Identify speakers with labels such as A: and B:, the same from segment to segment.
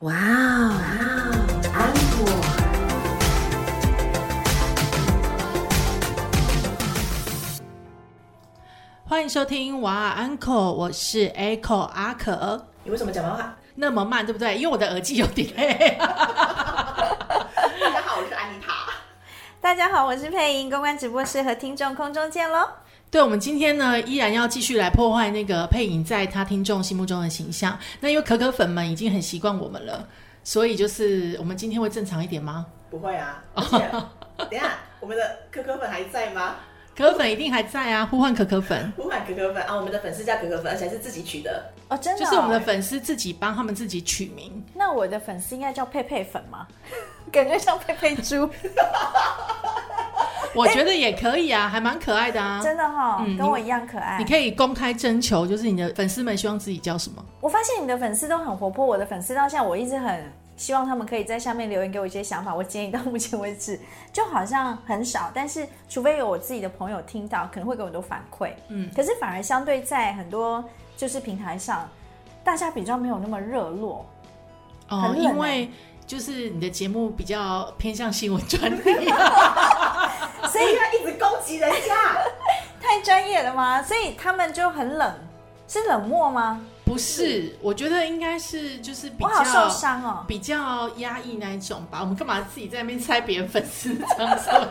A: 哇哦，安博，
B: 欢迎收听哇 Uncle，我是 Echo 阿可。
A: 你为什么讲话？
B: 那么慢，对不对？因为我的耳机有 delay。
A: 大家好，我是安妮塔。
C: 大家好，我是配音公关直播室和听众空中见喽。
B: 对，我们今天呢，依然要继续来破坏那个配影在他听众心目中的形象。那因为可可粉们已经很习惯我们了，所以就是我们今天会正常一点吗？
A: 不会啊，而 且等一下我们的可可粉还在吗？
B: 可可粉一定还在啊，呼唤可可粉，
A: 不买可可粉啊，我们的粉丝叫可可粉，而且还是自己取 的。
C: 哦，真的、
B: 就
C: 哦，
B: 是我们的粉丝自己帮他们自己取名。
C: 那我的粉丝应该叫佩佩粉 吗？感觉像佩佩猪，
B: 我觉得也可以啊，还蛮可爱的啊。
C: 哎真的哈、
B: 嗯
C: 跟我一样可爱
B: 你。可以公开征求，就是你的粉丝们希望自己叫什么？
C: 我发现你的粉丝都很活泼，我的粉丝到现在我一直很希望他们可以在下面留言给我一些想法。我建议到目前为止 就好像很少，但是除非有我自己的朋友听到，可能会给我很多反馈。
B: 嗯
C: 嗯，可是反而相对在很多就是平台上，大家比较没有那么热络。
B: 哦，
C: 很冷欸
B: 因为就是你的节目比较偏向新闻专题、
C: 所
A: 所以
C: 以
A: 哎他一直攻击人家，
C: 太专业了吗？所以他们就很冷，是冷漠吗？
B: 不是？我觉得应该是就是比
C: 我好受
B: 较
C: 伤哦。
B: 比较压抑那一种吧。我们干嘛自己在那边猜别人粉丝长 什么？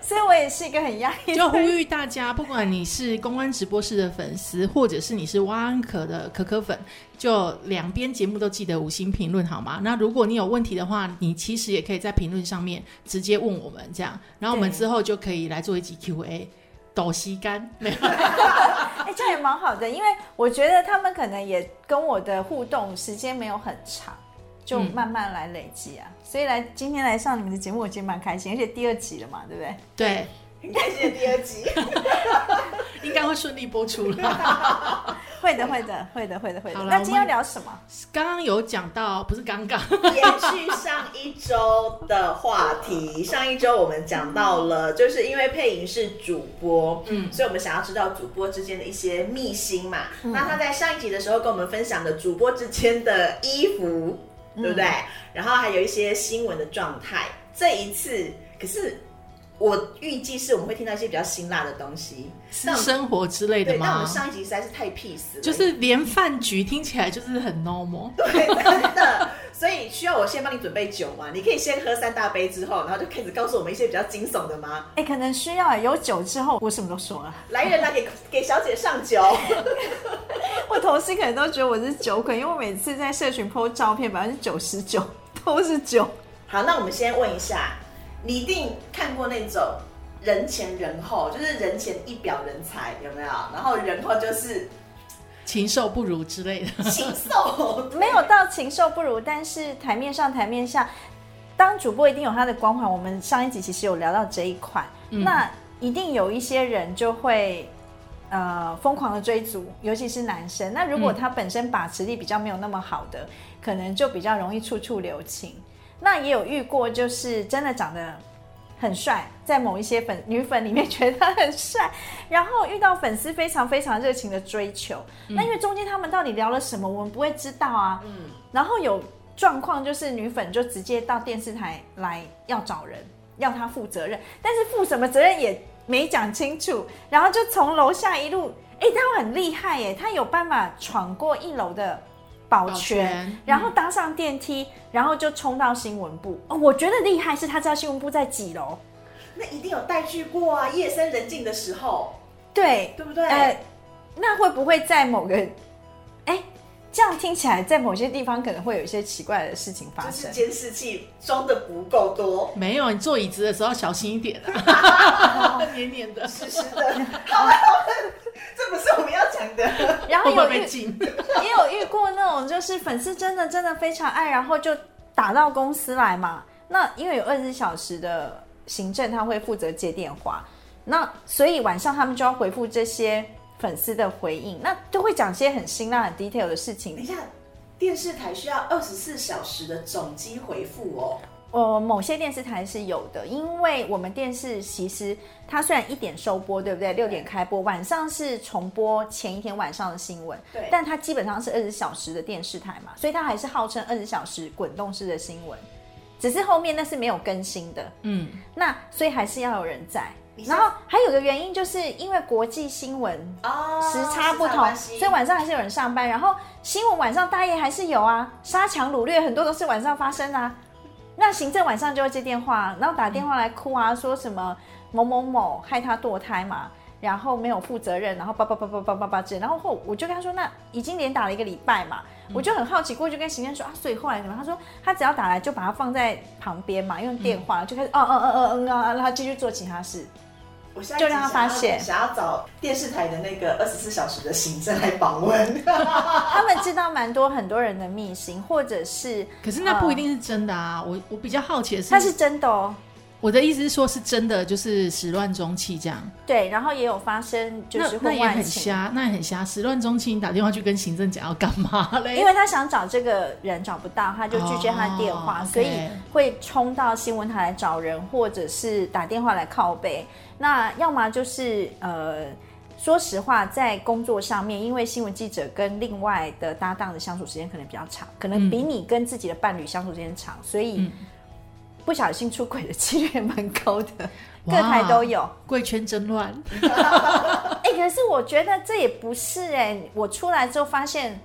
C: 所以我也是一个很压 抑
B: 就呼
C: 的。
B: 吁大家，不管你是公关直播室的粉丝，或者是你是蛙安可的可可粉，就两边节目都记得五星评论好吗？那如果你有问题的话，你其实也可以在评论上面直接问我们这样，然后我们
C: 对
B: 之后就可以来做一集 Q&A。抖吸干没有？
C: 哎、这也蛮好的，因为我觉得他们可能也跟我的互动时间没有很长，就
B: 嗯
C: 慢慢来累积啊。所以来今天来上你们的节目，我觉得蛮开心，而且第二集了嘛，对不对？
B: 对，
A: 很开心的第二集。
B: 应该会顺利播出了。
C: 会的，会的，会的，会的，会的。
B: 啊好啦
C: 那今天
B: 我
C: 要
B: 们
C: 聊什么？
B: 刚刚有讲到，不是刚刚，
A: 延续上一周的话题，上一周我们讲到
B: 嗯
A: 了，就是因为配音是主播，嗯，所以我们想要知道主播之间的一些秘辛嘛。
B: 嗯
A: 那他在上一集的时候跟我们分享的主播之间的衣服，
B: 嗯
A: 对不对？然后还有一些新闻的状态。这一次，可是我预计是我们会听到一些比较辛辣的东西。
B: 是
A: 那我们
B: 生活之类的
A: 对，那我
B: 吗
A: 们？上一集实在是太 peace 了，
B: 就是连饭局听起来就是很 normal。
A: 对，真的。所以需要我先帮你准备酒吗？你可以先喝三大杯之后，然后就开始告诉我们一些比较惊悚的吗？
C: 哎、可能需要有酒之后，我什么都说啊 了。
A: 来人来给给小姐上 酒。
C: 我同事可能都觉得我是酒鬼，因为我每次在社群 PO 照片，百分之九十九都是酒。
A: 好，那我们先问一下，你一定看过那种人前人后，就是人前一表人才，有没有？然后人后就是
B: 禽兽不如之类的，
A: 禽兽。
C: 没有到禽兽不如，但是台面上台面下，当主播一定有他的光环。我们上一集其实有聊到这一块，那一定有一些人就会呃疯狂的追逐，尤其是男生。那如果他本身把持力比较没有那么好的，可能就比较容易处处留情。那也有遇过，就是真的长得很帅，在某一些粉女粉里面觉得他很帅，然后遇到粉丝非常非常热情的追求，那因为中间他们到底聊了什么，我们不会知道啊。
A: 嗯，
C: 然后有状况就是女粉就直接到电视台来要找人，要他负责任，但是负什么责任也没讲清楚，然后就从楼下一路，哎、他很厉害耶，他有办法闯过一楼的保
B: 保
C: 全，
B: 全
C: 然后搭上电梯，然后就冲到新闻部。哦，我觉得厉害是他知道新闻部在几楼，
A: 那一定有带去过啊，夜深人静的时候，
C: 对，
A: 对不对？
C: 呃，那会不会在某个，哎、这样听起来，在某些地方可能会有一些奇怪的事情发
A: 就是
C: 生。
A: 监视器装的不够多，
B: 没有你坐椅子的时候小心一点啊， 黏黏的，
A: 湿湿的。好了好了，这不是我们要讲的。
C: 然后
B: 会不
C: 有
B: 会
C: 遇
B: 被禁？
C: 也有遇过那种，就是粉丝真的真的非常爱，然后就打到公司来嘛。那因为有二十四小时的行政，他会负责接电话，那所以晚上他们就要回复这些粉丝的回应，那就会讲些很辛辣、很 detail 的事情
A: 等一。下，电视台需要二十四小时的总机回复哦。
C: 呃，某些电视台是有的，因为我们电视其实它虽然一点收播，对不对？六点开播，晚上是重播前一天晚上的新闻，
A: 对
C: 但它基本上是二十小时的电视台嘛，所以它还是号称二十小时滚动式的新闻，只是后面那是没有更新的，
B: 嗯，
C: 那所以还是要有人在。
A: 你是
C: 然后还有个原因，就是因为国际新闻
A: 哦，
C: 时差不同，
A: 关系
C: 所以晚上还是有人上班。然后新闻晚上大夜还是有啊，杀抢掳掠很多都是晚上发生啊。那行政晚上就会接电话，然后打电话来哭啊，说什么某某某害他堕胎嘛，然后没有负责任，然后叭叭叭叭叭叭叭之类。然后后我就跟他说，那已经连打了一个礼拜嘛，我就很好奇，过去就跟行政说啊，所以后来怎么样？他说他只要打来就把它放在旁边嘛，用电话就开始嗯嗯嗯嗯嗯啊，然后他继续做其他事。
A: 我现在
C: 就让他
A: 只想要
C: 发现
A: 想要找电视台的那个二十四小时的行政来访 问。
C: 他们知道蛮多很多人的秘辛，或者是
B: 可是那不一定是真的啊。我我比较好奇的是，
C: 它是真的哦。
B: 我的意思是说，是真的就是始乱终弃这样。
C: 对，然后也有发生就
B: 那
C: 是
B: 那
C: 婚
B: 也
C: 外
B: 很
C: 情，
B: 瞎，那也很瞎。始乱终弃，你打电话去跟行政讲要干嘛嘞？
C: 因为他想找这个人找不到，他就拒绝他的电话，
B: 哦
C: 所以
B: OK
C: 会冲到新闻台来找人，或者是打电话来靠背。那要么就是呃。说实话，在工作上面，因为新闻记者跟另外的搭档的相处时间可能比较
B: 嗯
C: 长，可能比你跟自己的伴侣相处时间长，所以不小心出轨的几率也蛮高的，各
B: 哇
C: 台都有。
B: 贵圈真乱，
C: 哎、可是我觉得这也不是哎、我出来之后发现，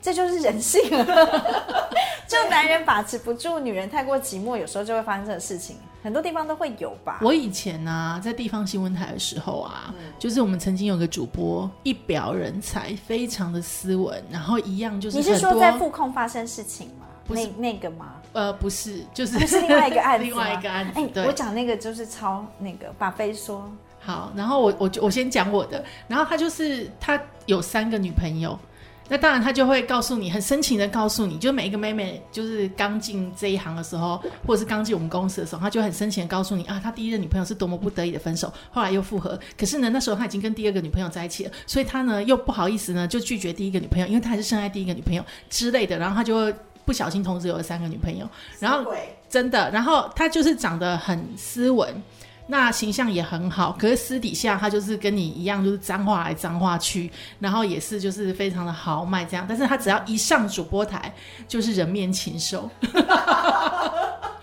C: 这就是人性 了。就男人把持不住，女人太过寂寞，有时候就会发生这个事情，很多地方都会有吧。
B: 我以前呢、在地方新闻台的时候啊，
C: 嗯
B: 就是我们曾经有个主播一表人才，非常的斯文，然后一样就是
C: 你是
B: 很
C: 说
B: 多
C: 在副控发生事情吗？
B: 不是
C: 那那个吗？
B: 呃不是，就是
C: 哦不是另外一个案子 吗，
B: 另外一个案子。
C: 哎、
B: 对
C: 我讲那个就是超那个把飞说，
B: 好，然后我我就我先讲我的，然后他就是他有三个女朋友，那当然他就会告诉你，很深情的告诉你，就每一个妹妹就是刚进这一行的时候，或者是刚进我们公司的时候，他就很深情的告诉你啊，他第一任女朋友是多么不得已的分手，后来又复合，可是呢，那时候他已经跟第二个女朋友在一起了，所以他呢又不好意思呢就拒绝第一个女朋友，因为他还是深爱第一个女朋友之类的，然后他就会不小心同时有了三个女朋友，然后
A: 对，
B: 真的。然后他就是长得很斯文，那形象也很好，可是私底下他就是跟你一样，就是脏话来脏话去，然后也是就是非常的豪迈这样。但是他只要一上主播台，就是人面禽 兽，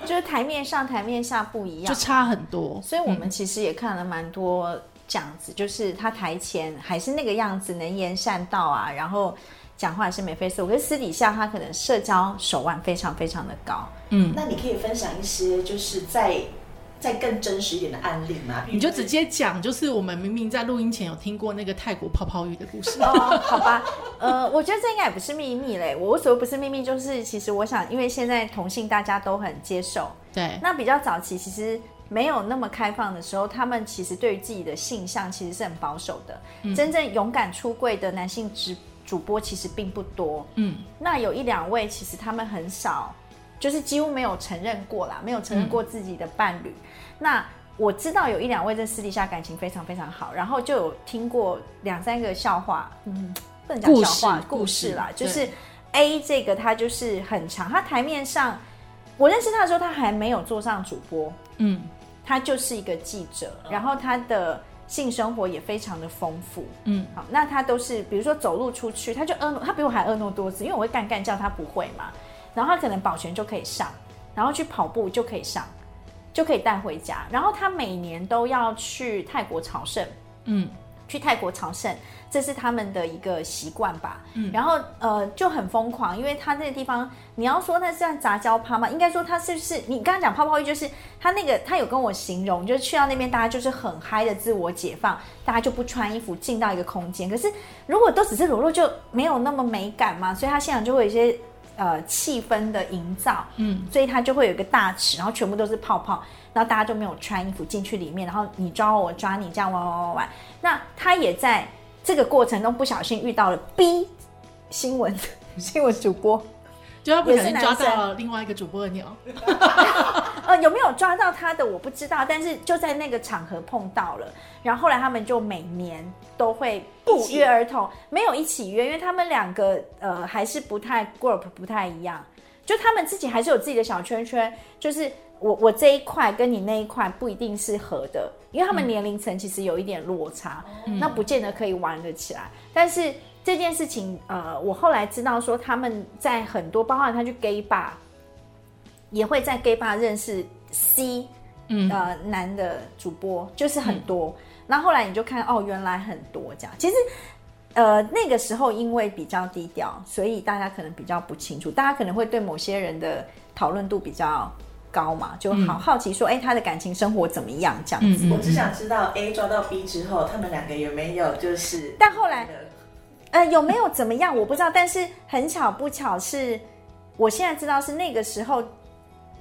C: 就是台面上台面下不一
B: 就
C: 样，
B: 差很多。
C: 所以我们其实也看了蛮多这样子，就是他台前还是那个样子，能言善道啊，然后讲话也是眉飞色舞，可是私底下他可能社交手腕非常非常的高。
B: 嗯，
A: 那你可以分享一些就是在在更真实一点的案例吗？
B: 你就直接讲，就是我们明明在录音前有听过那个泰国泡泡浴的故 事。
C: 哦，好吧，呃，我觉得这应该也不是秘密嘞。我所谓不是秘密，就是其实我想，因为现在同性大家都很接受，
B: 对，
C: 那比较早期其实没有那么开放的时候，他们其实对于自己的性向其实是很保守的。真正勇敢出柜的男性直主播其实并不多。
B: 嗯，
C: 那有一两位，其实他们很少，就是几乎没有承认过啦，没有承认过自己的伴侣。那我知道有一两位在私底下感情非常非常好，然后就有听过两三个笑话，嗯，不能讲
B: 故
C: 笑话，
B: 事
C: 故
B: 故
C: 事
B: 事
C: 啦，就
B: 对
C: 是 A 这个他就是很长，他台面上我认识他的时候，他还没有做上主播，
B: 嗯，
C: 他就是一个记者，然后他的性生活也非常的丰富，
B: 嗯，
C: 好，那他都是比如说走路出去，他就婀娜，他比我还婀娜多姿，因为我会干干叫，他不会嘛，然后他可能保全就可以上，然后去跑步就可以上，就可以带回家，然后他每年都要去泰国朝圣，
B: 嗯，
C: 去泰国朝圣，这是他们的一个习惯吧。嗯，然后呃就很疯狂，因为他那个地方，你要说那是像杂交趴吗？应该说他是不是你刚刚讲泡泡浴，就是他那个他有跟我形容，就是去到那边大家就是很嗨的自我解放，大家就不穿衣服进到一个空间。可是如果都只是裸露，就没有那么美感嘛，所以他现场就会有一些呃气氛的营造，嗯，所以它就会有一个大池，然后全部都是泡泡，然后大家就没有穿衣服进去里面，然后你抓我，我抓你，这样玩玩玩玩。那他也在这个过程中不小心遇到了 B 新闻 新闻主播，
B: 就他不小
C: 也是
B: 心
C: 男
B: 抓
C: 生
B: 到了另外一个主播的鸟。
C: 呃，有没有抓到他的我不知道，但是就在那个场合碰到了。然后后来他们就每年都会不约而同，没有一起约，因为他们两个呃还是不太 group 不太一样。就他们自己还是有自己的小圈圈，就是我我这一块跟你那一块不一定是合的，因为他们年龄层其实有一点落差，那不见得可以玩得起来。但是这件事情，呃，我后来知道说他们在很多，包括他去 gay bar，也会在 gay bar 认识 C，嗯，呃，男的主播就是很多。那、后来你就看哦，原来很多这样。其实呃，那个时候因为比较低调，所以大家可能比较不清楚，大家可能会对某些人的讨论度比较高嘛，就好好奇说，哎、他的感情生活怎么样这样子。
A: 我只想知道 A 抓到 B 之后，他们两个有没有就是？
C: 但后来呃，有没有怎么样我不知道，但是很巧不巧是，我现在知道是那个时候，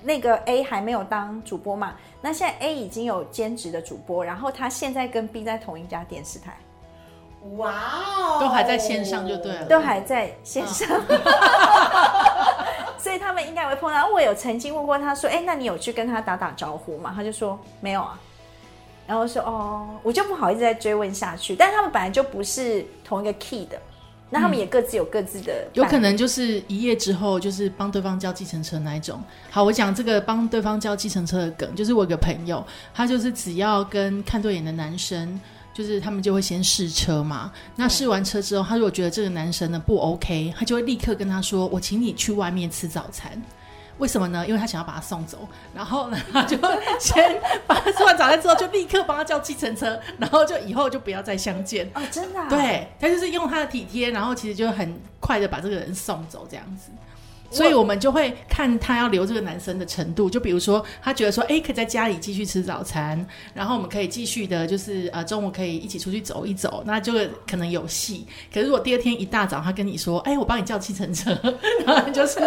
C: 那个 A 还没有当主播嘛，那现在 A 已经有兼职的主播，然后他现在跟 B 在同一家电视台，
A: 哇哦，
B: 都还在线上就对了
C: 都还在线上，
B: 啊
C: 所以他们应该会碰到。我有曾经问过他说：“哎、那你有去跟他打打招呼吗？”他就说：“没有啊。”然后说：“哦，我就不好意思再追问下去。”但他们本来就不是同一个 key 的，那他们也各自有各自的伴侣，
B: 嗯有可能就是一夜之后就是帮对方叫计程车那一种。好，我讲这个帮对方叫计程车的梗，就是我有个朋友，他就是只要跟看对眼的男生，就是他们就会先试车嘛。那试完车之后，他如果觉得这个男生呢不 OK，他就会立刻跟他说：“我请你去外面吃早餐。”为什么呢？因为他想要把他送走，然后呢， 他就先把他吃完早餐之后，就立刻帮他叫计程车，然后就以后就不要再相见。
C: 哦，真的、啊、
B: 对他就是用他的体贴，然后其实就很快的把这个人送走这样子。所以我们就会看他要留这个男生的程度，就比如说他觉得说，哎、可以在家里继续吃早餐，然后我们可以继续的，就是呃中午可以一起出去走一走，那就可能有戏。可是如果第二天一大早他跟你说，哎、我帮你叫计程车， 然后就是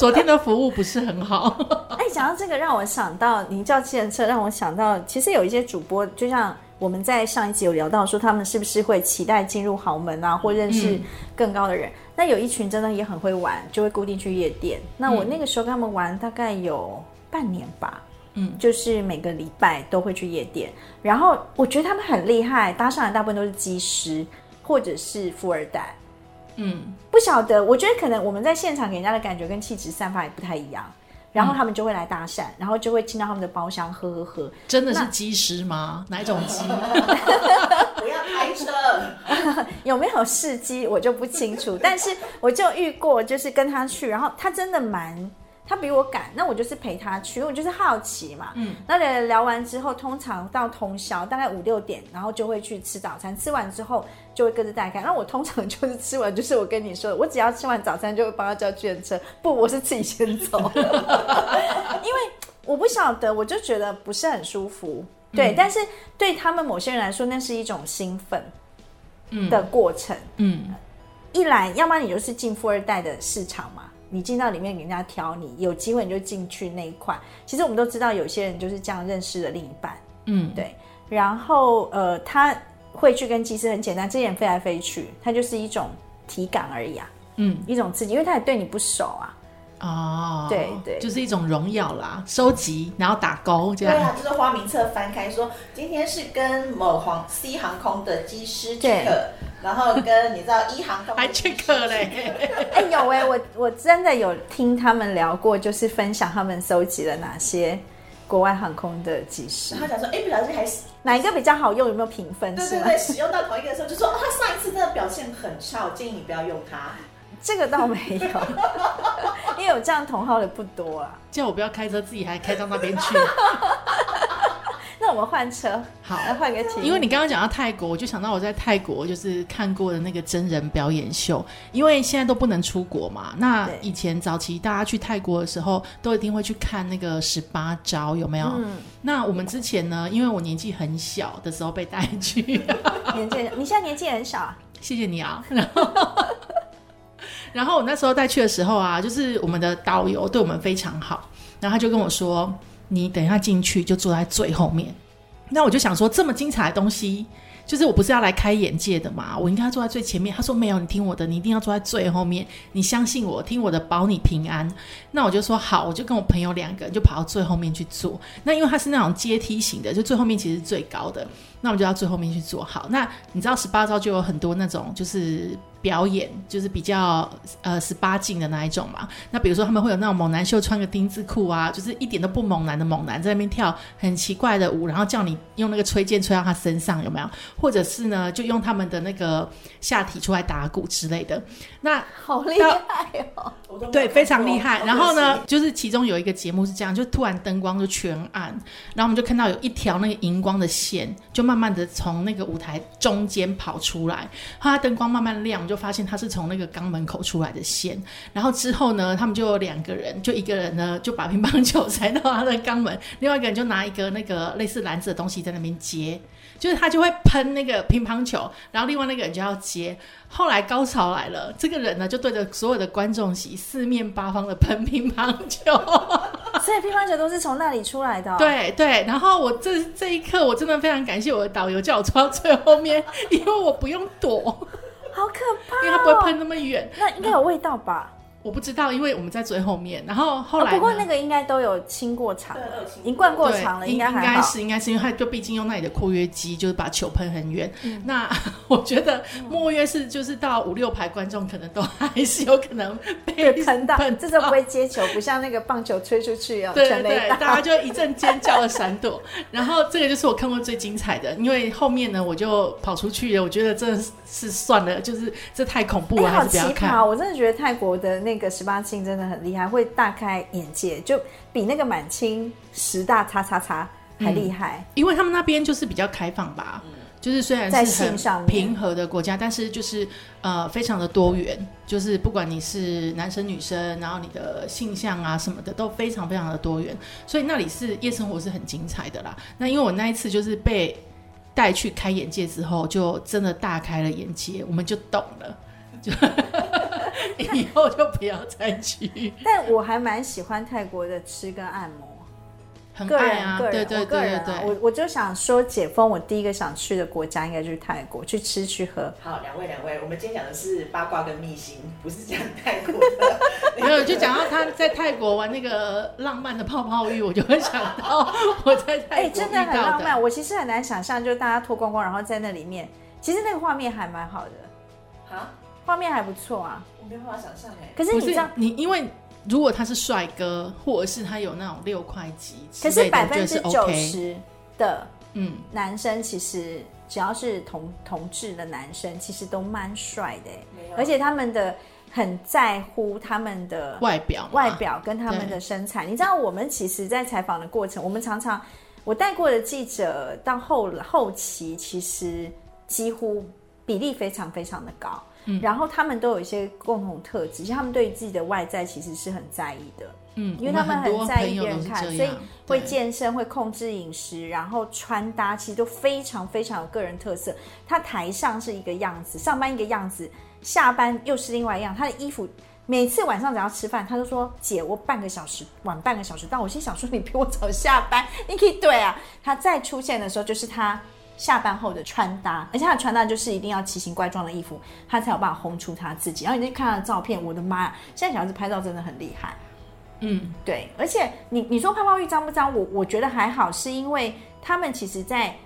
B: 昨天的服务不是很好，
C: 哎，讲到这个，让我想到你叫计程车，让我想到其实有一些主播，就像我们在上一集有聊到说，他们是不是会期待进入豪门啊，或认识更高的人？那有一群真的也很会玩，就会固定去夜店。那我那个时候跟他们玩大概有半年吧。嗯，就是每个礼拜都会去夜店，然后我觉得他们很厉害，搭上来大部分都是技师或者是富二代，
B: 嗯，
C: 不晓得，我觉得可能我们在现场给人家的感觉跟气质散发也不太一样，然后他们就会来搭讪，然后就会进到他们的包厢喝喝喝，
B: 真的是机师吗？哪一种机？
A: 不要开车，
C: 有没有试机我就不清楚， 但是我就遇过，就是跟他去，然后他真的蛮。他比我赶，那我就是陪他去，因为我就是好奇嘛。嗯，那聊聊聊完之后，通常到通宵，大概五六点，然后就会去吃早餐。吃完之后就会各自带开。那我通常就是吃完，就是我跟你说的，我只要吃完早餐就会帮他叫计程车。不，我是自己先走， 因为我不晓得，我就觉得不是很舒服。对，但是对他们某些人来说，那是一种兴奋的过程。
B: 嗯，
C: 一来，要么你就是进富二代的市场嘛，你进到里面给人家挑你，有机会你就进去那一块。其实我们都知道，有些人就是这样认识了另一半，
B: 嗯，
C: 对。然后呃，他会去跟技师很简单，这些人飞来飞去，它就是一种体感而已啊，
B: 嗯，
C: 一种刺激，因为他也对你不熟啊。
B: 哦，
C: 对对
B: 就是一种荣耀啦，收集然后打勾这
A: 对
B: 样。
A: 啊，就是花名册翻开说，今天是跟某航 C 航空的机师
C: 对
A: check，然后跟你知道一航空
B: 还
A: 的机师
B: check 嘞，
C: 哎、有哎、我我真的有听他们聊过，就是分享他们搜集了哪些国外航空的 技师
A: 然，后想说，哎，不小心还是
C: 哪一个比较好用，有没有评分？
A: 对
C: 是
A: 对
C: 吗？
A: 对，使用到同一个的时候就说，哦，他上一次真的表现很差，我建议你不要用它。
C: 这个倒没有， 因为有这样同号的不多啊。
B: 叫我不要开车，自己还开到那边 去。
C: 那我们换车，
B: 好
C: 来换个题目，
B: 因为你刚刚讲到泰国，我就想到我在泰国就是看过的那个真人表演秀，因为现在都不能出国嘛。那
C: 对
B: 以前早期大家去泰国的时候，都一定会去看那个十八招，有没有？
C: 嗯
B: 那我们之前呢，因为我年纪很小的时候被带去，
C: 年纪，你现在年纪很小啊，
B: 谢谢你啊。 然后，然后我那时候带去的时候啊，就是我们的导游对我们非常好，然后他就跟我说：“你等一下进去就坐在最后面。”那我就想说，这么精彩的东西，就是我不是要来开眼界的嘛，我应该坐在最前面。他说没有，你听我的，你一定要坐在最后面，你相信我，听我的，保你平安。那我就说好，我就跟我朋友两个人就跑到最后面去坐。那因为它是那种阶梯型的，就最后面其实是最高的，那我们就到最后面去坐。好，那你知道十八招就有很多那种就是表演，就是比较呃十八禁的那一种嘛。那比如说他们会有那种猛男秀，穿个丁字裤啊，就是一点都不猛男的猛男在那边跳很奇怪的舞，然后叫你用那个吹剑吹到他身上，有没有？或者是呢，就用他们的那个下体出来打鼓之类的。那
C: 好厉
B: 啊
C: 害哦！
A: 我都没有
B: 对，
A: 看过
B: 非常厉害。
A: 好
B: 然后
A: 可
B: 呢
A: 惜，
B: 就是其中有一个节目是这样，就突然灯光就全暗，然后我们就看到有一条那个荧光的线，就慢慢的从那个舞台中间跑出来。后来灯光慢慢亮，我们就发现它是从那个肛门口出来的线。然后之后呢，他们就有两个人，就一个人呢就把乒乓球塞到他的肛门，另外一个人就拿一个那个类似篮子的东西在那边接，就是他就会喷那个乒乓球，然后另外那个人就要接。后来高潮来了，这个人呢就对着所有的观众席四面八方的喷乒乓球。
C: 啊所以乒乓球都是从那里出来的、哦。，
B: 对对，然后我这这一刻我真的非常感谢我的导游叫我穿到最后面，因为我不用 躲，
C: 好可怕、哦！
B: 因为他不会喷那么远。
C: 那应该有味道吧？
B: 我不知道，因为我们在最后面。然后后
C: 哦
B: 来呢、
C: 不过那个应该都有清过场
A: 对都
C: 了
A: 有，清
C: 已经灌过
B: 对
C: 场了，
B: 应
C: 应该
B: 应
C: 还
B: 该
C: 好。
B: 是应该是因为他就毕竟用那里的括约肌，就是把球喷很远。那我觉得莫约是就是到五六排观众可能都还是有可能被
C: 被喷到，
B: 喷
C: 这就不会接球，不像那个棒球吹出去哦，
B: 对
C: 全
B: 对
C: 垒
B: 对，
C: 打。
B: 大家就一阵尖叫的闪躲。然后这个就是我看过最精彩的，因为后面呢我就跑出去了，我觉得真的是算了，就是这太恐怖了，
C: 哎，好
B: 还是不
C: 奇
B: 要看。
C: 葩！我真的觉得泰国的那个十八禁真的很厉害，会大开眼界，就比那个满清十大叉叉叉
B: 嗯
C: 还厉害。
B: 因为他们那边就是比较开放吧，就是虽然
C: 在
B: 是
C: 性上
B: 很
C: 面
B: 平和的国家，但是就是呃非常的多元，就是不管你是男生女生，然后你的性向啊什么的都非常非常的多元，所以那里是夜生活是很精彩的啦。那因为我那一次就是被带去开眼界之后，就真的大开了眼界，我们就懂 了，就 以后就不要再去，
C: 但我还蛮喜欢泰国的吃跟按摩。
B: 很
C: 个
B: 爱
C: 人、
B: 啊，
C: 个人，
B: 对对
C: 我个
B: 对对
C: 人、
B: 对
C: 啊，，我我就想说，解封我第一个想去的国家应该就是泰国，去吃去喝。
A: 好，两位两位，我们今天讲的是八卦跟秘辛，不是讲泰国 的。
B: 没有，就讲到他在泰国玩那个浪漫的泡泡浴，我就会想到我在泰
C: 哎、
B: 国
C: 真
B: 遇
C: 的很
B: 到
C: 浪
B: 的。
C: 漫。我其实很难想象，就大家脱光光，然后在那里面，其实那个画面还蛮好的，
A: 啊，
C: 画面还不错啊。
A: 我没有办法想象哎。
C: 可是
B: 不
C: 你这
B: 是
C: 样，
B: 你，因为如果他是帅哥，或者是他有那种六块肌之
C: 可是
B: 类的，
C: 百
B: 我觉
C: 分
B: 得是
C: 之九
B: OK。
C: 十的
B: 嗯，
C: 男生其实。只要是同同志的男生，其实都蛮帅的欸
A: 没有，
C: 而且他们的很在乎他们的
B: 外表嘛，
C: 外表跟他们的身材。你知道，我们其实，在采访的过程，我们常常我带过的记者到后后期，其实几乎比例非常非常的高。
B: 嗯
C: 然后他们都有一些共同特质，就他们对自己的外在其实是很在意的，
B: 嗯，
C: 因为
B: 我
C: 他
B: 们很
C: 很
B: 多
C: 在
B: 朋
C: 意
B: 友
C: 别
B: 都
C: 人
B: 是
C: 看，
B: 这
C: 所以
B: 样，
C: 会
B: 对
C: 健身、会控制饮食，然后穿搭其实都非常非常有个人特色。他台上是一个样子，上班一个样子，下班又是另外一样。他的衣服每次晚上只要吃饭，他就说：“姐，我半个小时晚半个小时到。”我心想说：“你比我早下班，你可以对啊。”他再出现的时候，就是他下班后的穿搭，而且他的穿搭就是一定要奇形怪状的衣服，他才有办法烘出他自己。然后你就看他的照片，我的妈呀，现在小孩子拍照真的很厉害。
B: 嗯，
C: 对，而且你你说泡泡浴脏不脏？我我觉得还好，是因为他们其实，在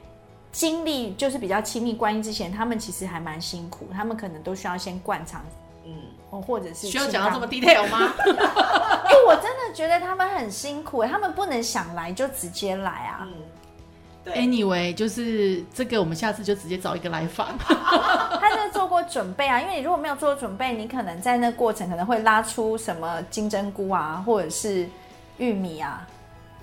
C: 经历就是比较亲密关系之前，他们其实还蛮辛苦，他们可能都需要先灌肠，
A: 嗯，
C: 哦或者是
B: 需要
C: 清
B: 讲到
C: 肛
B: 这么 detail 吗？
C: 哎、我真的觉得他们很辛苦，他们不能想来就直接来啊。
A: 嗯，对。
B: Anyway，就是这个，我们下次就直接找一个来访。
C: 他就是做过准备啊，因为你如果没有做准备，你可能在那过程可能会拉出什么金针菇啊，或者是玉米啊，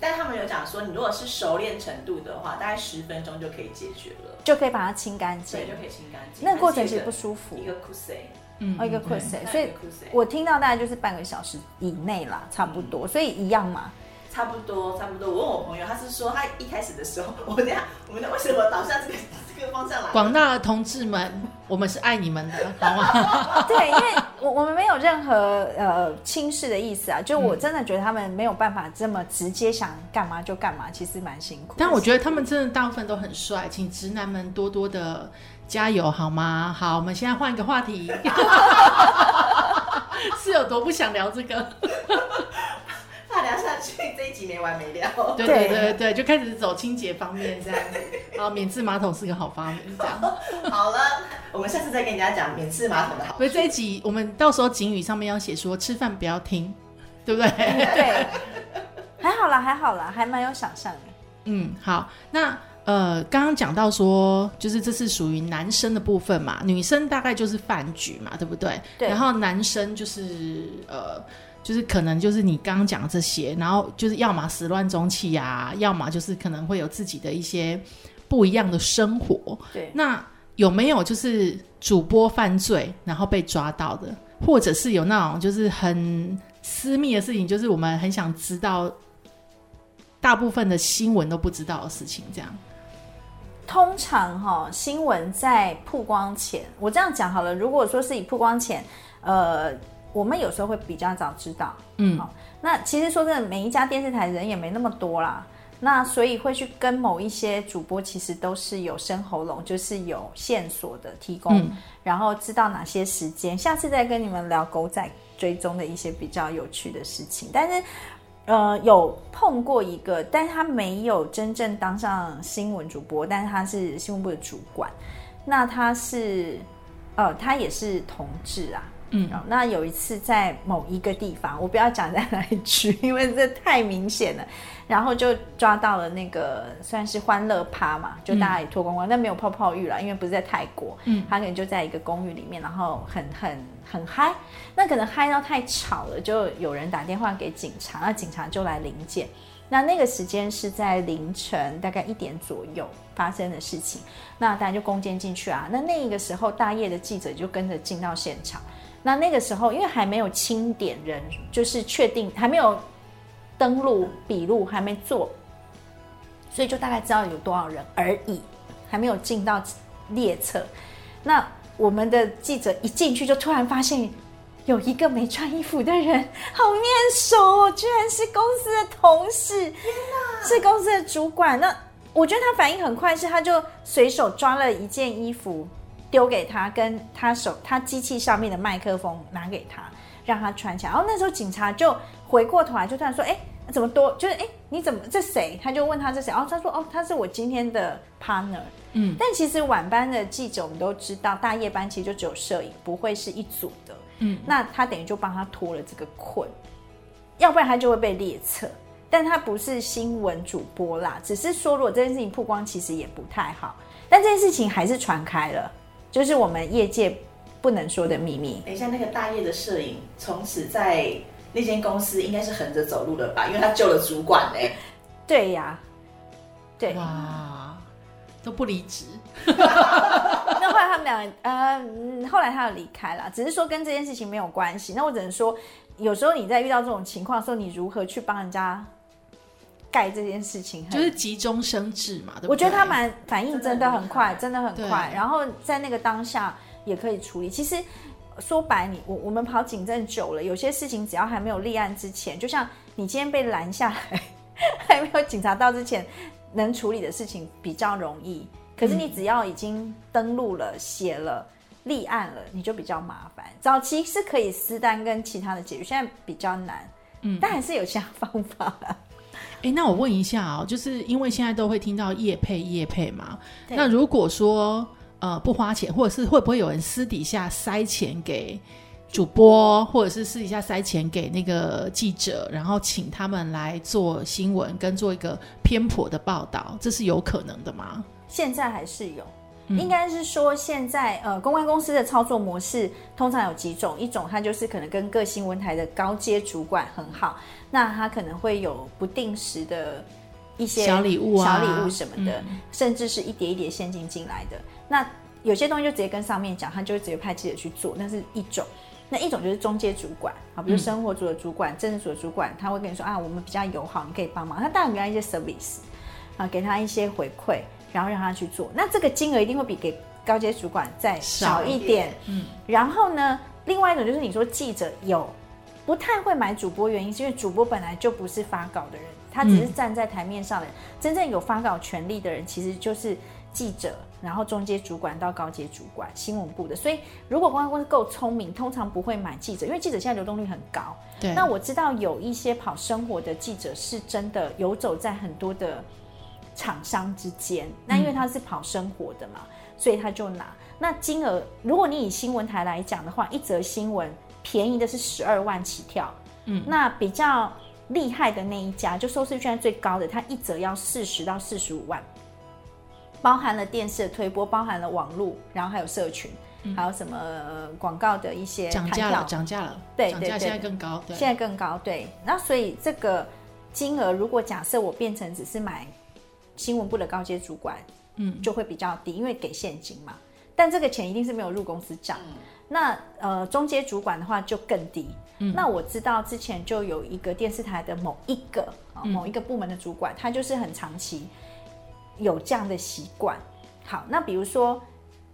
A: 但他们有讲说，你如果是熟练程度的话，大概十分钟就可以解决了，
C: 就可以把它清干净
A: 所以。就可以清干净。
C: 那个过程其实不舒服
A: 一。个 c u s e
B: 嗯，
C: 哦，一个
B: 对
C: cruise，所
A: 对
C: 以
A: 一个 cruise
C: 我听到大概就是半个小时以内啦，差不
B: 嗯
C: 多，所以一样嘛。
A: 差不多差不多。我问我朋友，他是说他一开始的时候，我等一下我们的为什么导向这个这个方向来？
B: 广大的同志们，我们是爱你们的，好吗？
C: 对，因为我我们没有任何呃轻视的意思
B: 嗯
C: 啊，就我真的觉得他们没有办法这么直接想干嘛就干嘛，其实蛮辛苦的。
B: 但我觉得他们真的大部分都很帅，请直男们多多的加油好吗？好，我们现在换一个话题， 是有多不想聊这个？
A: 怕聊下去这一集没完没了。
B: 对对
C: 对
B: 对对，就开始走清洁方面这样。啊，免治马桶是个好发明，这样。
A: 好了，我们下次再跟人家讲免治马桶的好。
B: 不是这一集，我们到时候警语上面要写说吃饭不要听，对不对？
C: 对，还好啦，还好啦，还蛮有想象的。
B: 嗯，好，那呃，刚刚讲到说，就是这是属于男生的部分嘛，女生大概就是饭局嘛，对不对？
C: 对
B: 然后男生就是呃，就是可能就是你刚刚讲的这些，然后就是要么始乱终弃呀、要么就是可能会有自己的一些不一样的生活。
C: 对，
B: 那有没有就是主播犯罪然后被抓到的，或者是有那种就是很私密的事情，就是我们很想知道，大部分的新闻都不知道的事情，这样？
C: 通常哈、新闻在曝光前，我这样讲好了。如果说是以曝光前，呃，我们有时候会比较早知道。
B: 嗯
C: 好那其实说真的，每一家电视台人也没那么多啦，那所以会去跟某一些主播，其实都是有生喉咙，就是有线索的提供，
B: 嗯
C: 然后知道哪些时间。下次再跟你们聊狗仔追踪的一些比较有趣的事情，但是。呃，有碰过一个，但是他没有真正当上新闻主播，但是他是新闻部的主管。那他是，呃，他也是同志啊，
B: 嗯
C: 哦那有一次在某一个地方，我不要讲在哪里去， 因为这太明显了。然后就抓到了那个算是欢乐趴嘛，就大家也脱光光，但没有泡泡浴啦，因为不是在泰国，
B: 嗯
C: 他可能就在一个公寓里面，然后很很很嗨，那可能嗨到太吵了，就有人打电话给警察，那警察就来临检。那那个时间是在凌晨大概一点左右发生的事情，那大家就攻坚进去啊。那那个时候，大业的记者就跟着进到现场。那那个时候，因为还没有清点人，就是确定还没有登录笔录，还没做，所以就大概知道有多少人而已，还没有进到列册。那我们的记者一进去，就突然发现有一个没穿衣服的人，好面熟哦，居然是公司的同事，是公司的主管。那我觉得他反应很快，是他就随手抓了一件衣服丢给他，跟他手他机器上面的麦克风拿给他，让他穿起来。然后那时候警察就回过头来，就突然说：“哎、怎么多？就是哎、你怎么这谁？”他就问他这谁，然后他说：“哦，他是我今天的 partner。”
B: 嗯
C: 但其实晚班的记者我们都知道，大夜班其实就只有摄影，不会是一组的。
B: 嗯
C: 那他等于就帮他脱了这个困，要不然他就会被列册。但他不是新闻主播啦，只是说如果这件事情曝光，其实也不太好。但这件事情还是传开了，就是我们业界不能说的秘密。
A: 等一下，哎那个大业的摄影从此在那间公司应该是横着走路了吧？因为他救了主管嘞、
C: 对呀、对。
B: 哇，都不离职，
C: 那后来他们俩，呃，嗯后来他有离开了，只是说跟这件事情没有关系。那我只能说，有时候你在遇到这种情况的时候，你如何去帮人家盖这件事情很，
B: 就是急中生智嘛，对不对？
C: 我觉得他蛮反应真的很快，
A: 真
C: 真的很
B: 对
C: 快。然后在那个当下也可以处理。其实说白，你我我们跑警政久了，有些事情只要还没有立案之前，就像你今天被拦下来， 还没有警察到之前，能处理的事情比较容易。可是你
B: 嗯
C: 只要已经登录了、写了、立案了，你就比较麻烦。早期是可以私单跟其他的解决，现在比较难。
B: 嗯
C: 但还是有其他方法啦。
B: 哎，那我问一下哦，就是因为现在都会听到夜配夜配嘛，
C: 对
B: 那如果说呃不花钱，或者是会不会有人私底下塞钱给主播，或者是私底下塞钱给那个记者，然后请他们来做新闻跟做一个偏颇的报道，这是有可能的吗？
C: 现在还是有，
B: 嗯
C: 应该是说现在呃，公关公司的操作模式通常有几种，一种它就是可能跟各新闻台的高阶主管很好，那他可能会有不定时的一些
B: 小礼物啊，
C: 小礼物什么的，甚至是一叠一叠现金进来的。那有些东西就直接跟上面讲，他就会直接派记者去做，那是一种。那一种就是中介主管啊，比
B: 嗯
C: 如生活组的主管、政治组的主管，他会跟你说啊，我们比较友好，你可以帮忙。他当然给他一些 service，啊，给他一些回馈，然后让他去做。那这个金额一定会比给高阶主管再少
B: 少
C: 一
A: 一
C: 点
A: 点。
B: 嗯
C: 然后呢，另外一种就是你说记者有不太会买主播，原因是因为主播本来就不是发稿的人，他只是站在台面上的人。真正有发稿权利的人，其实就是记者。然后中阶主管到高阶主管，新闻部的，所以如果公关公司够聪明，通常不会买记者，因为记者现在流动率很高，
B: 对，
C: 那我知道有一些跑生活的记者是真的
B: 嗯
C: 游走在很多的厂商之间，那因为他是跑生活的嘛，所以他就拿。那金额，如果你以新闻台来讲的话，一则新闻便宜的是十二万起跳，
B: 嗯
C: 那比较厉害的那一家，就收视率现在最高的，它一则要四十到四十五万，包含了电视的推播，包含了网络，然后还有社群，还有什么呃广告的一些
B: 嗯涨
C: 弹
B: 价
C: 跳
B: 了，涨价了，
C: 对
B: 涨
C: 对
B: 价
C: 对
B: 现在更高，对
C: 现，在更高，对。那所以这个金额，如果假设我变成只是买新闻部的高阶主管，
B: 嗯，
C: 就会比较低，因为给现金嘛。但这个钱一定是没有入公司
A: 嗯
C: 账。那呃，中阶主管的话就更低。那我知道之前就有一个电视台的某一个、啊某一个部门的主管，他就是很长期有这样的习惯。好，那比如说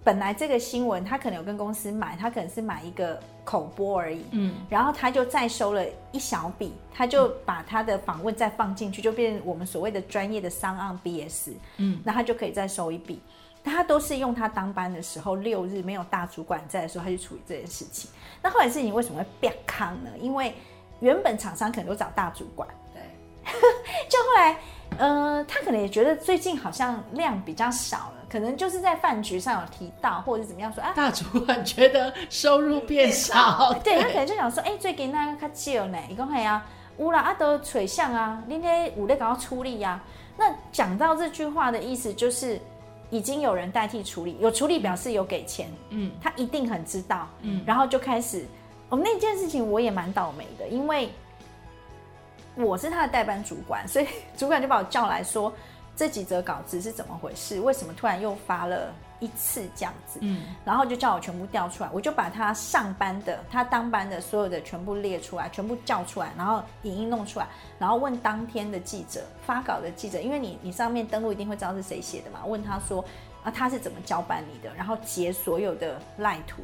C: 本来这个新闻他可能有跟公司买，他可能是买一个口播而已，
B: 嗯，
C: 然后他就再收了一小笔，他就把他的访问再放进去，就变成我们所谓的专业的商案 BS，嗯，那他就可以再收一笔。但他都是用他当班的时候六日没有大主管在的时候，他去处理这件事情。那后来事情为什么会变康呢？因为原本厂商可能都找大主管，
A: 对，
C: 就后来，呃，他可能也觉得最近好像量比较少了，可能就是在饭局上有提到，或者是怎么样说啊，
B: 大主管觉得收入
C: 嗯
B: 变少，
C: 对他可能就想说，哎、最近那个较少呢，伊讲系啊，有啦，啊都水象啊，恁咧有咧搞处理啊。那讲到这句话的意思就是，已经有人代替处理，有处理表示有给钱，
B: 嗯，
C: 他一定很知道，嗯，然后就开始，我、哦、那件事情我也蛮倒霉的，因为我是他的代班主管，所以主管就把我叫来说，这几则稿子是怎么回事？为什么突然又发了一次这样子？
B: 嗯
C: 然后就叫我全部调出来，我就把他上班的、他当班的所有的全部列出来，全部叫出来，然后影音弄出来，然后问当天的记者、发稿的记者，因为你你上面登录一定会知道是谁写的嘛，问他说啊他是怎么交班你的，然后截所有的赖图，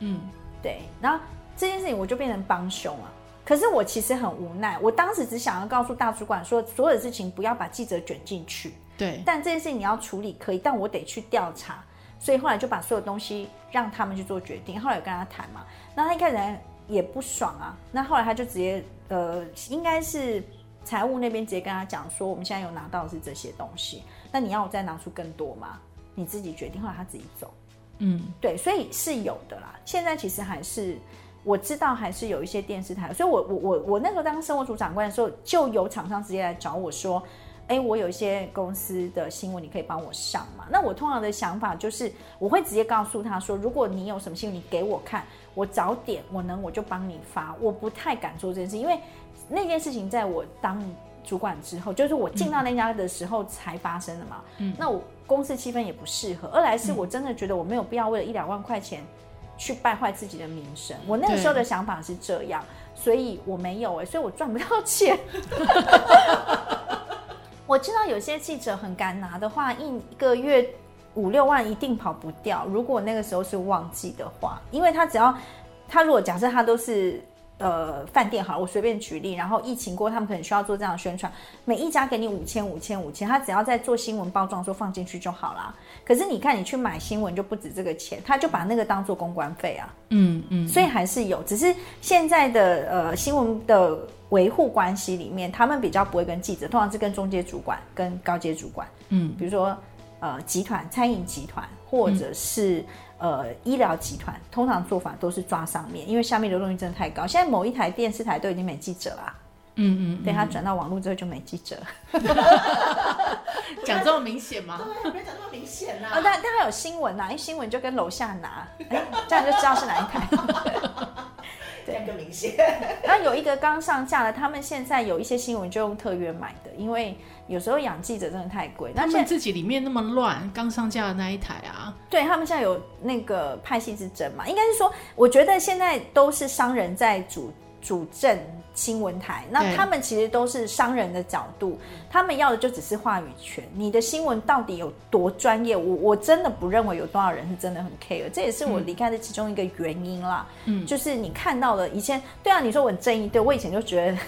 B: 嗯，
C: 对，然后这件事情我就变成帮凶啊。可是我其实很无奈，我当时只想要告诉大主管说，所有的事情不要把记者卷进去，
B: 对，
C: 但这件事情你要处理可以，但我得去调查，所以后来就把所有东西让他们去做决定。后来有跟他谈嘛，那他一开始也不爽啊，那后来他就直接呃，应该是财务那边直接跟他讲说，我们现在有拿到的是这些东西，那你要我再拿出更多吗？你自己决定。后来他自己走，
B: 嗯
C: 对，所以是有的啦。现在其实还是。我知道还是有一些电视台，所以我我我我那时候当生活组长官的时候，就有厂商直接来找我说，哎，我有一些公司的新闻，你可以帮我上嘛？那我通常的想法就是，我会直接告诉他说，如果你有什么新闻，你给我看，我早点我能我就帮你发。我不太敢做这件事，因为那件事情在我当主管之后，就是我进到那家的时候才发生的嘛。嗯，那我公司气氛也不适合，二来是我真的觉得我没有必要为了一两万块钱去败坏自己的名声。我那个时候的想法是这样，所以我没有哎、所以我赚不到钱。我知道有些记者很敢拿的话，一个月五六万一定跑不掉。如果那个时候是旺季的话，因为他只要他如果假设他都是呃饭店好了，我随便举例，然后疫情过，他们可能需要做这样的宣传，每一家给你五千、五千、五千，他只要在做新闻包装的时候放进去就好啦。可是你看，你去买新闻就不止这个钱，他就把那个当做公关费啊。
B: 嗯嗯，
C: 所以还是有，只是现在的呃新闻的维护关系里面，他们比较不会跟记者，通常是跟中阶主管、跟高阶主管，
B: 嗯，
C: 比如说呃集团、餐饮集团或者是、呃医疗集团，通常做法都是抓上面，因为下面流动率真的太高。现在某一台电视台都已经没记者啦，
B: 嗯嗯，
C: 对，他转到网络之后就没记者了。
B: 讲这么明显吗？
C: 嗯
A: 对，别讲那么明显啦
C: 啊、但但还有新闻呐、因为新闻就跟楼下拿，哎这样就知道是哪 一台。
A: 这样更明显。
C: 然后有一个刚上架的，他们现在有一些新闻就用特约买的，因为有时候养记者真的太贵。
B: 他
C: 那现
B: 们
C: 在
B: 自己里面那么乱，刚上架的那一台啊，
C: 对他们现在有那个派系之争嘛，应该是说，我觉得现在都是商人在主主政新闻台，那
B: 对
C: 他们其实都是商人的角度，他们要的就只是话语权。你的新闻到底有多专业？我我真的不认为有多少人是真的很 care，这也是我离开的其中一个原因啦。
B: 嗯
C: 就是你看到了以前，对啊，你说我很正义，对我以前就觉得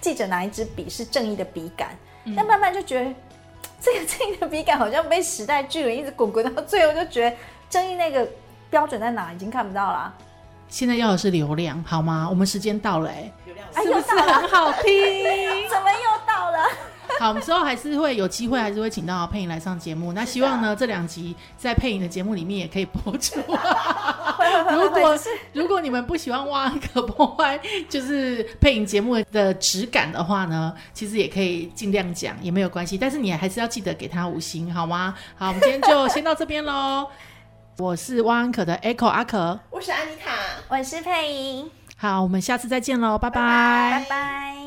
C: 记者拿一支笔是正义的笔杆，但慢慢就觉得这个正义的笔杆好像被时代巨轮一直滚滚到最后，就觉得正义那个标准在哪已经看不到啦、
B: 现在要的是流量，好
C: 哎
B: 吗？我们时间到了、欸，
A: 流量
B: 是不是很好听？
C: 怎么又到了？
B: 好，我们之后还是会有机会，还是会请到配音来上节目。那希望呢，这两集在配音的节目里面也可以播 出。如果如果你们不喜欢挖可破坏，就是配音节目的质感的话呢，其实也可以尽量讲，也没有关系。但是你还是要记得给他五星，好吗？好，我们今天就先到这边 喽。我是挖安可的 Echo 阿可，
A: 我是安妮塔。
C: 我是配音，
B: 好，我们下次再见喽，拜
A: 拜
B: 拜
C: 拜拜。